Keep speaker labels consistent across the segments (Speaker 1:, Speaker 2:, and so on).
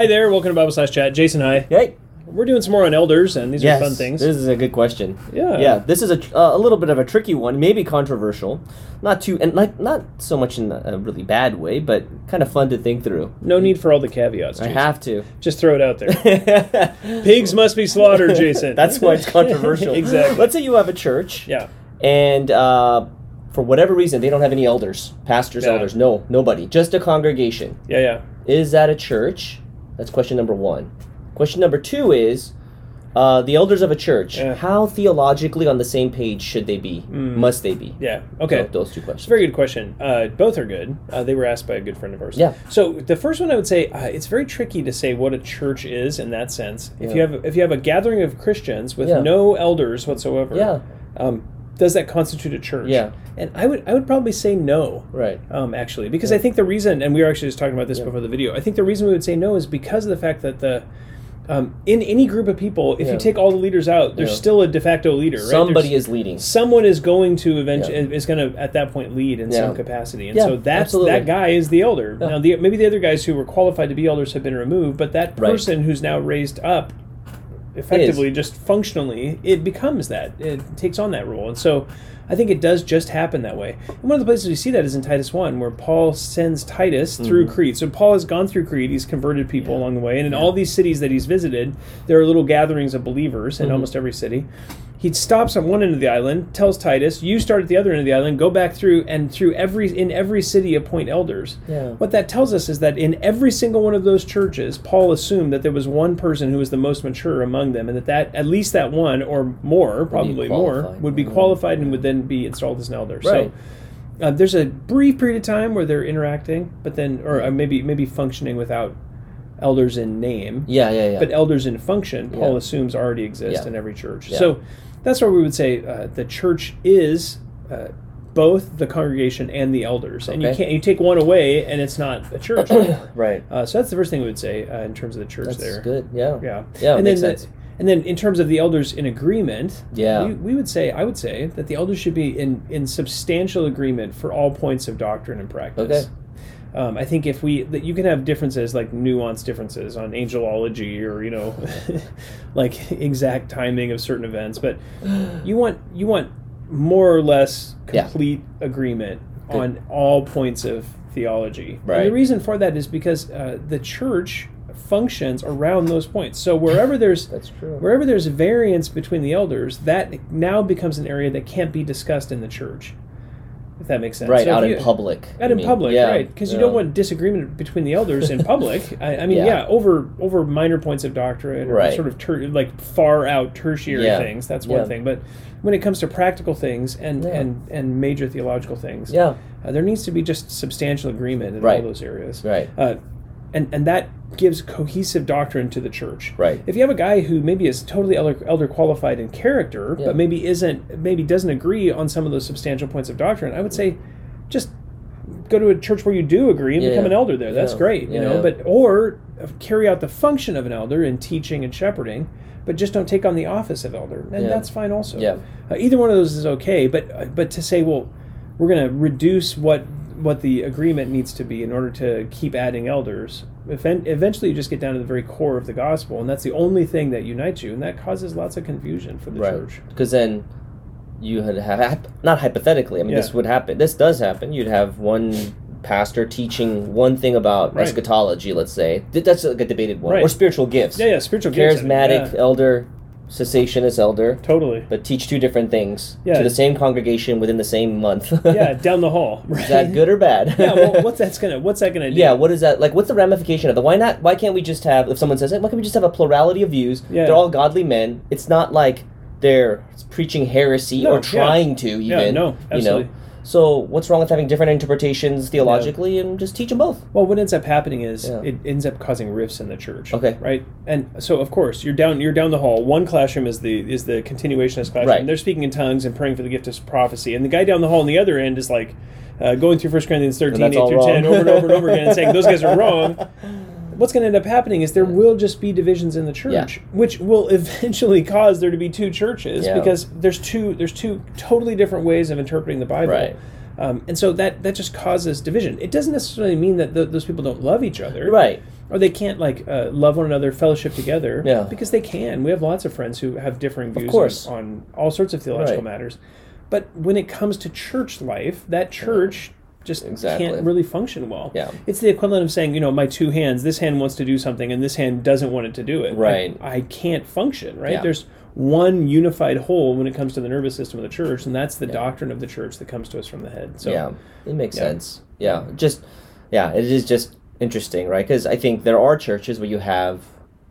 Speaker 1: Hi there, welcome to Bible Slash Chat. Jason, hi.
Speaker 2: Hey.
Speaker 1: We're doing some more on elders, and these
Speaker 2: Yes.
Speaker 1: are fun things.
Speaker 2: This is a good question.
Speaker 1: Yeah.
Speaker 2: Yeah. This is a tr- uh, a little bit of a tricky one, maybe controversial, not too and like not so much in a really bad way, but kind of fun to think through.
Speaker 1: No need for all the caveats.
Speaker 2: I
Speaker 1: Jason.
Speaker 2: have to.
Speaker 1: Just throw it out there. Pigs must be slaughtered, Jason.
Speaker 2: That's why it's controversial.
Speaker 1: Exactly.
Speaker 2: Let's say you have a church.
Speaker 1: Yeah.
Speaker 2: And uh, for whatever reason, they don't have any elders, pastors,
Speaker 1: Yeah.
Speaker 2: elders, no, nobody, just a congregation.
Speaker 1: Yeah, yeah.
Speaker 2: Is that a church? That's question number one. Question number two is uh, the elders of a church.
Speaker 1: Yeah.
Speaker 2: How theologically on the same page should they be? Must they be?
Speaker 1: Yeah. Okay.
Speaker 2: Tho- Those two
Speaker 1: It's
Speaker 2: questions.
Speaker 1: a very good question. Uh, both are good. Uh, they were asked by a good friend of ours.
Speaker 2: Yeah.
Speaker 1: So the first one, I would say, uh, it's very tricky to say what a church is in that sense. If you
Speaker 2: Yeah.
Speaker 1: have if you have a gathering of Christians with
Speaker 2: Yeah.
Speaker 1: no elders whatsoever,
Speaker 2: Yeah.
Speaker 1: um, does that constitute a church?
Speaker 2: Yeah.
Speaker 1: And I would I would probably say no.
Speaker 2: Right.
Speaker 1: um, actually, because I think the reason, and we were actually just talking about this before the video, I think the reason we would say no is because of the fact that the um, in any group of people, if
Speaker 2: Yeah.
Speaker 1: you take all the leaders out, there's
Speaker 2: Yeah.
Speaker 1: still a de facto leader. Right?
Speaker 2: Somebody
Speaker 1: There's-
Speaker 2: is leading.
Speaker 1: someone is going to eventually
Speaker 2: Mm. Yeah.
Speaker 1: is going to at that point lead in
Speaker 2: Yeah.
Speaker 1: some capacity, and
Speaker 2: Yeah,
Speaker 1: so that's
Speaker 2: absolutely.
Speaker 1: that guy is the elder. Now, the, maybe the other guys who were qualified to be elders have been removed, but that
Speaker 2: Right.
Speaker 1: person who's now raised up. Effectively, just functionally, it becomes that. It takes on that role. And so I think it does just happen that way. And one of the places we see that is in Titus 1, where Paul sends Titus
Speaker 2: Mm.
Speaker 1: through Crete. So Paul has gone through Crete, he's converted people along the way. And in all these cities that he's visited, there are little gatherings of believers in
Speaker 2: Mm-hmm.
Speaker 1: almost every city. He stops on one end of the island, tells Titus, "You start at the other end of the island, go back through and through every in every city appoint elders."
Speaker 2: Yeah.
Speaker 1: What that tells us is that in every single one of those churches, Paul assumed that there was one person who was the most mature among them, and that that at least that one or more, probably more,
Speaker 2: qualified.
Speaker 1: would be
Speaker 2: Mhm.
Speaker 1: qualified and would then be installed as an elder.
Speaker 2: Right.
Speaker 1: So uh, there's a brief period of time where they're interacting, but then or uh, maybe maybe functioning without elders in name
Speaker 2: Yeah, yeah, yeah.
Speaker 1: but elders in function, Paul
Speaker 2: Yeah.
Speaker 1: assumes already exist
Speaker 2: Yeah.
Speaker 1: in every church.
Speaker 2: Yeah.
Speaker 1: So that's where we would say uh, the church is uh, both the congregation and the elders, and you
Speaker 2: Okay.
Speaker 1: can't you take one away and it's not a church. anymore.
Speaker 2: right.
Speaker 1: uh, so that's the first thing we would say uh, in terms of the church
Speaker 2: That's
Speaker 1: there.
Speaker 2: good. Yeah.
Speaker 1: Yeah,
Speaker 2: Yeah,
Speaker 1: and
Speaker 2: makes
Speaker 1: then
Speaker 2: sense.
Speaker 1: The, and then in terms of the elders in agreement,
Speaker 2: Yeah.
Speaker 1: we, we would say I would say that the elders should be in in substantial agreement for all points of doctrine and practice.
Speaker 2: Okay.
Speaker 1: Um, I think if we that you can have differences like nuanced differences on angelology or you know like exact timing of certain events, but you want you want more or less
Speaker 2: Yeah.
Speaker 1: complete agreement on all points of theology. And
Speaker 2: Right.
Speaker 1: the reason for that is because uh, the church functions around those points. So wherever there's
Speaker 2: That's true.
Speaker 1: wherever there's variance between the elders, that now becomes an area that can't be discussed in the church. If that makes sense.
Speaker 2: right,
Speaker 1: So if
Speaker 2: out in
Speaker 1: you-
Speaker 2: public.
Speaker 1: out
Speaker 2: I
Speaker 1: in
Speaker 2: mean.
Speaker 1: public,
Speaker 2: Yeah,
Speaker 1: right? Because you
Speaker 2: yeah.
Speaker 1: don't want disagreement between the elders in public. I, I mean, yeah.
Speaker 2: Yeah.
Speaker 1: over over minor points of doctrine, or
Speaker 2: Right.
Speaker 1: Sort of ter- like far out tertiary
Speaker 2: Yeah.
Speaker 1: things. That's one
Speaker 2: Yeah.
Speaker 1: thing. But when it comes to practical things and
Speaker 2: Yeah.
Speaker 1: and and major theological things,
Speaker 2: Yeah.
Speaker 1: uh, there needs to be just substantial agreement in all
Speaker 2: Right.
Speaker 1: those areas.
Speaker 2: Right.
Speaker 1: Uh, and and that gives cohesive doctrine to the church.
Speaker 2: Right.
Speaker 1: If you have a guy who maybe is totally elder, elder qualified in character,
Speaker 2: Yeah.
Speaker 1: but maybe isn't, maybe doesn't agree on some of those substantial points of doctrine, I would say, just go to a church where you do agree and
Speaker 2: Yeah,
Speaker 1: become an
Speaker 2: yeah.
Speaker 1: elder there. That's
Speaker 2: Yeah,
Speaker 1: great, you
Speaker 2: yeah,
Speaker 1: know.
Speaker 2: yeah.
Speaker 1: But or carry out the function of an elder in teaching and shepherding, but just don't take on the office of elder, and
Speaker 2: Yeah.
Speaker 1: that's fine also.
Speaker 2: Yeah.
Speaker 1: Uh, either one of those is okay, but uh, but to say, well, we're going to reduce what what the agreement needs to be in order to keep adding elders. Even- Eventually, you just get down to the very core of the gospel, and that's the only thing that unites you, and that causes lots of confusion for the
Speaker 2: Right.
Speaker 1: church.
Speaker 2: Because then you had have not hypothetically. I mean,
Speaker 1: Yeah.
Speaker 2: this would happen. This does happen. You'd have one pastor teaching one thing about
Speaker 1: Right.
Speaker 2: eschatology. Let's say Th- that's like a debated one,
Speaker 1: Right.
Speaker 2: or spiritual gifts.
Speaker 1: Yeah, yeah, spiritual gifts, I mean,
Speaker 2: Charismatic
Speaker 1: yeah,
Speaker 2: elder, cessationist elder,
Speaker 1: totally.
Speaker 2: but teach two different things
Speaker 1: Yeah.
Speaker 2: to the same congregation within the same month.
Speaker 1: Yeah, down the hall. Right?
Speaker 2: is that good or bad?
Speaker 1: yeah, well, what's that's gonna what's that gonna do?
Speaker 2: Yeah, what is that like? What's the ramification of that? Why not? Why can't we just have if someone says, "Hey, "Why can't we just have a plurality of views?
Speaker 1: Yeah.
Speaker 2: They're all godly men." It's not like they're preaching heresy
Speaker 1: No,
Speaker 2: or
Speaker 1: yeah.
Speaker 2: trying to even.
Speaker 1: Yeah, no,
Speaker 2: You
Speaker 1: absolutely.
Speaker 2: know? So what's wrong with having different interpretations theologically and just teach them both?
Speaker 1: Well, what ends up happening is
Speaker 2: Yeah.
Speaker 1: it ends up causing rifts in the church.
Speaker 2: Okay.
Speaker 1: Right. And so, of course, you're down. You're down the hall. One classroom is the is the continuationist classroom.
Speaker 2: Right.
Speaker 1: They're speaking in tongues and praying for the gift of prophecy. And the guy down the hall on the other end is like uh, going through 1 Corinthians 13,
Speaker 2: that's
Speaker 1: 8
Speaker 2: all
Speaker 1: through 10,
Speaker 2: wrong.
Speaker 1: over and over and over again, and saying those guys are wrong. What's going to end up happening is there will just be divisions in the church,
Speaker 2: Yeah.
Speaker 1: which will eventually cause there to be two churches
Speaker 2: Yeah.
Speaker 1: because there's two there's two totally different ways of interpreting the Bible.
Speaker 2: Right.
Speaker 1: Um, and so that that just causes division. It doesn't necessarily mean that th- those people don't love each other.
Speaker 2: Right.
Speaker 1: or they can't like uh, love one another, fellowship together.
Speaker 2: Yeah.
Speaker 1: Because they can. We have lots of friends who have differing views
Speaker 2: course.
Speaker 1: On, on all sorts of theological
Speaker 2: Right.
Speaker 1: matters. But when it comes to church life, that church just
Speaker 2: Exactly.
Speaker 1: can't really function well.
Speaker 2: Yeah.
Speaker 1: It's the equivalent of saying, you know, my two hands, this hand wants to do something and this hand doesn't want it to do it. I-
Speaker 2: Right.
Speaker 1: I, can't function, right?
Speaker 2: Yeah.
Speaker 1: There's one unified whole when it comes to the nervous system of the church, and that's the doctrine of the church that comes to us from the head. So
Speaker 2: yeah, it makes
Speaker 1: yeah.
Speaker 2: sense. Yeah, just yeah, it is just interesting, right? Because I think there are churches where you have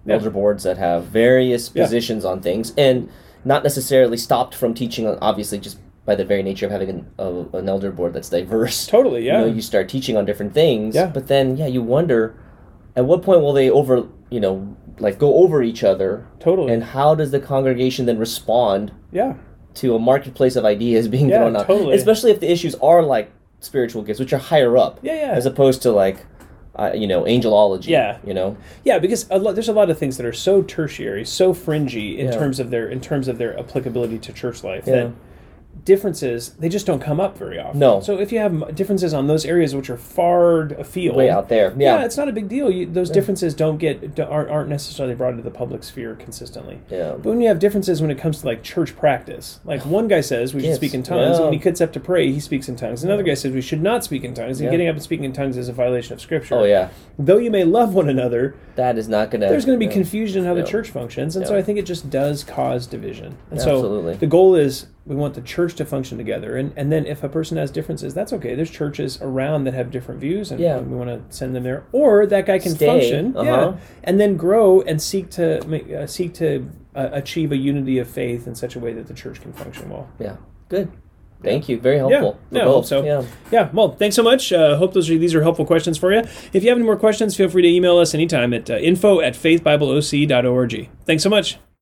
Speaker 1: Yeah.
Speaker 2: elder boards that have various
Speaker 1: Yeah.
Speaker 2: positions on things, and not necessarily stopped from teaching. on Obviously, just by the very nature of having an, a, an elder board that's diverse,
Speaker 1: totally, yeah.
Speaker 2: you know, you start teaching on different things.
Speaker 1: Yeah.
Speaker 2: But then, yeah, you wonder at what point will they over, you know, like go over each other,
Speaker 1: totally.
Speaker 2: and how does the congregation then respond
Speaker 1: yeah.
Speaker 2: to a marketplace of ideas being
Speaker 1: Yeah,
Speaker 2: thrown out.
Speaker 1: totally.
Speaker 2: Especially if the issues are like spiritual gifts, which are higher up.
Speaker 1: Yeah, yeah.
Speaker 2: As opposed to like, uh, you know, angelology.
Speaker 1: Yeah.
Speaker 2: You know.
Speaker 1: Yeah, because a lot, there's a lot of things that are so tertiary, so fringy in
Speaker 2: Yeah.
Speaker 1: terms of their in terms of their applicability to church life
Speaker 2: Yeah.
Speaker 1: that differences they just don't come up very often.
Speaker 2: No.
Speaker 1: So if you have m- differences on those areas which are far afield,
Speaker 2: Way out there.
Speaker 1: yeah.
Speaker 2: Yeah.
Speaker 1: it's not a big deal. You, those differences don't get d- aren't, aren't necessarily brought into the public sphere consistently.
Speaker 2: Yeah.
Speaker 1: But when you have differences when it comes to like church practice, like one guy says we should
Speaker 2: Yes.
Speaker 1: speak in tongues, and
Speaker 2: Yeah.
Speaker 1: when he gets up to pray, he speaks in tongues. Another guy says we should not speak in tongues, and
Speaker 2: Yeah.
Speaker 1: getting up and speaking in tongues is a violation of scripture.
Speaker 2: Oh yeah.
Speaker 1: Though you may love one another,
Speaker 2: That is not gonna.
Speaker 1: there's going to be
Speaker 2: yeah.
Speaker 1: confusion in how
Speaker 2: Yeah.
Speaker 1: the church functions, and so
Speaker 2: Yeah.
Speaker 1: I think it just does cause division. And
Speaker 2: Absolutely.
Speaker 1: so the goal is we want the church to function together, and, and then if a person has differences, that's okay. There's churches around that have different views, and
Speaker 2: Yeah.
Speaker 1: we want to send them there, or that guy can
Speaker 2: Stay,
Speaker 1: function,
Speaker 2: uh-huh.
Speaker 1: yeah, and then grow and seek to make, uh, seek to uh, achieve a unity of faith in such a way that the church can function well.
Speaker 2: Yeah. Good. Thank you. Very helpful. for
Speaker 1: yeah, I
Speaker 2: both.
Speaker 1: hope so.
Speaker 2: Yeah.
Speaker 1: Yeah, well, thanks so much. Uh, hope those are, these are helpful questions for you. If you have any more questions, feel free to email us anytime at uh, info at faithbibleoc.org. Thanks so much.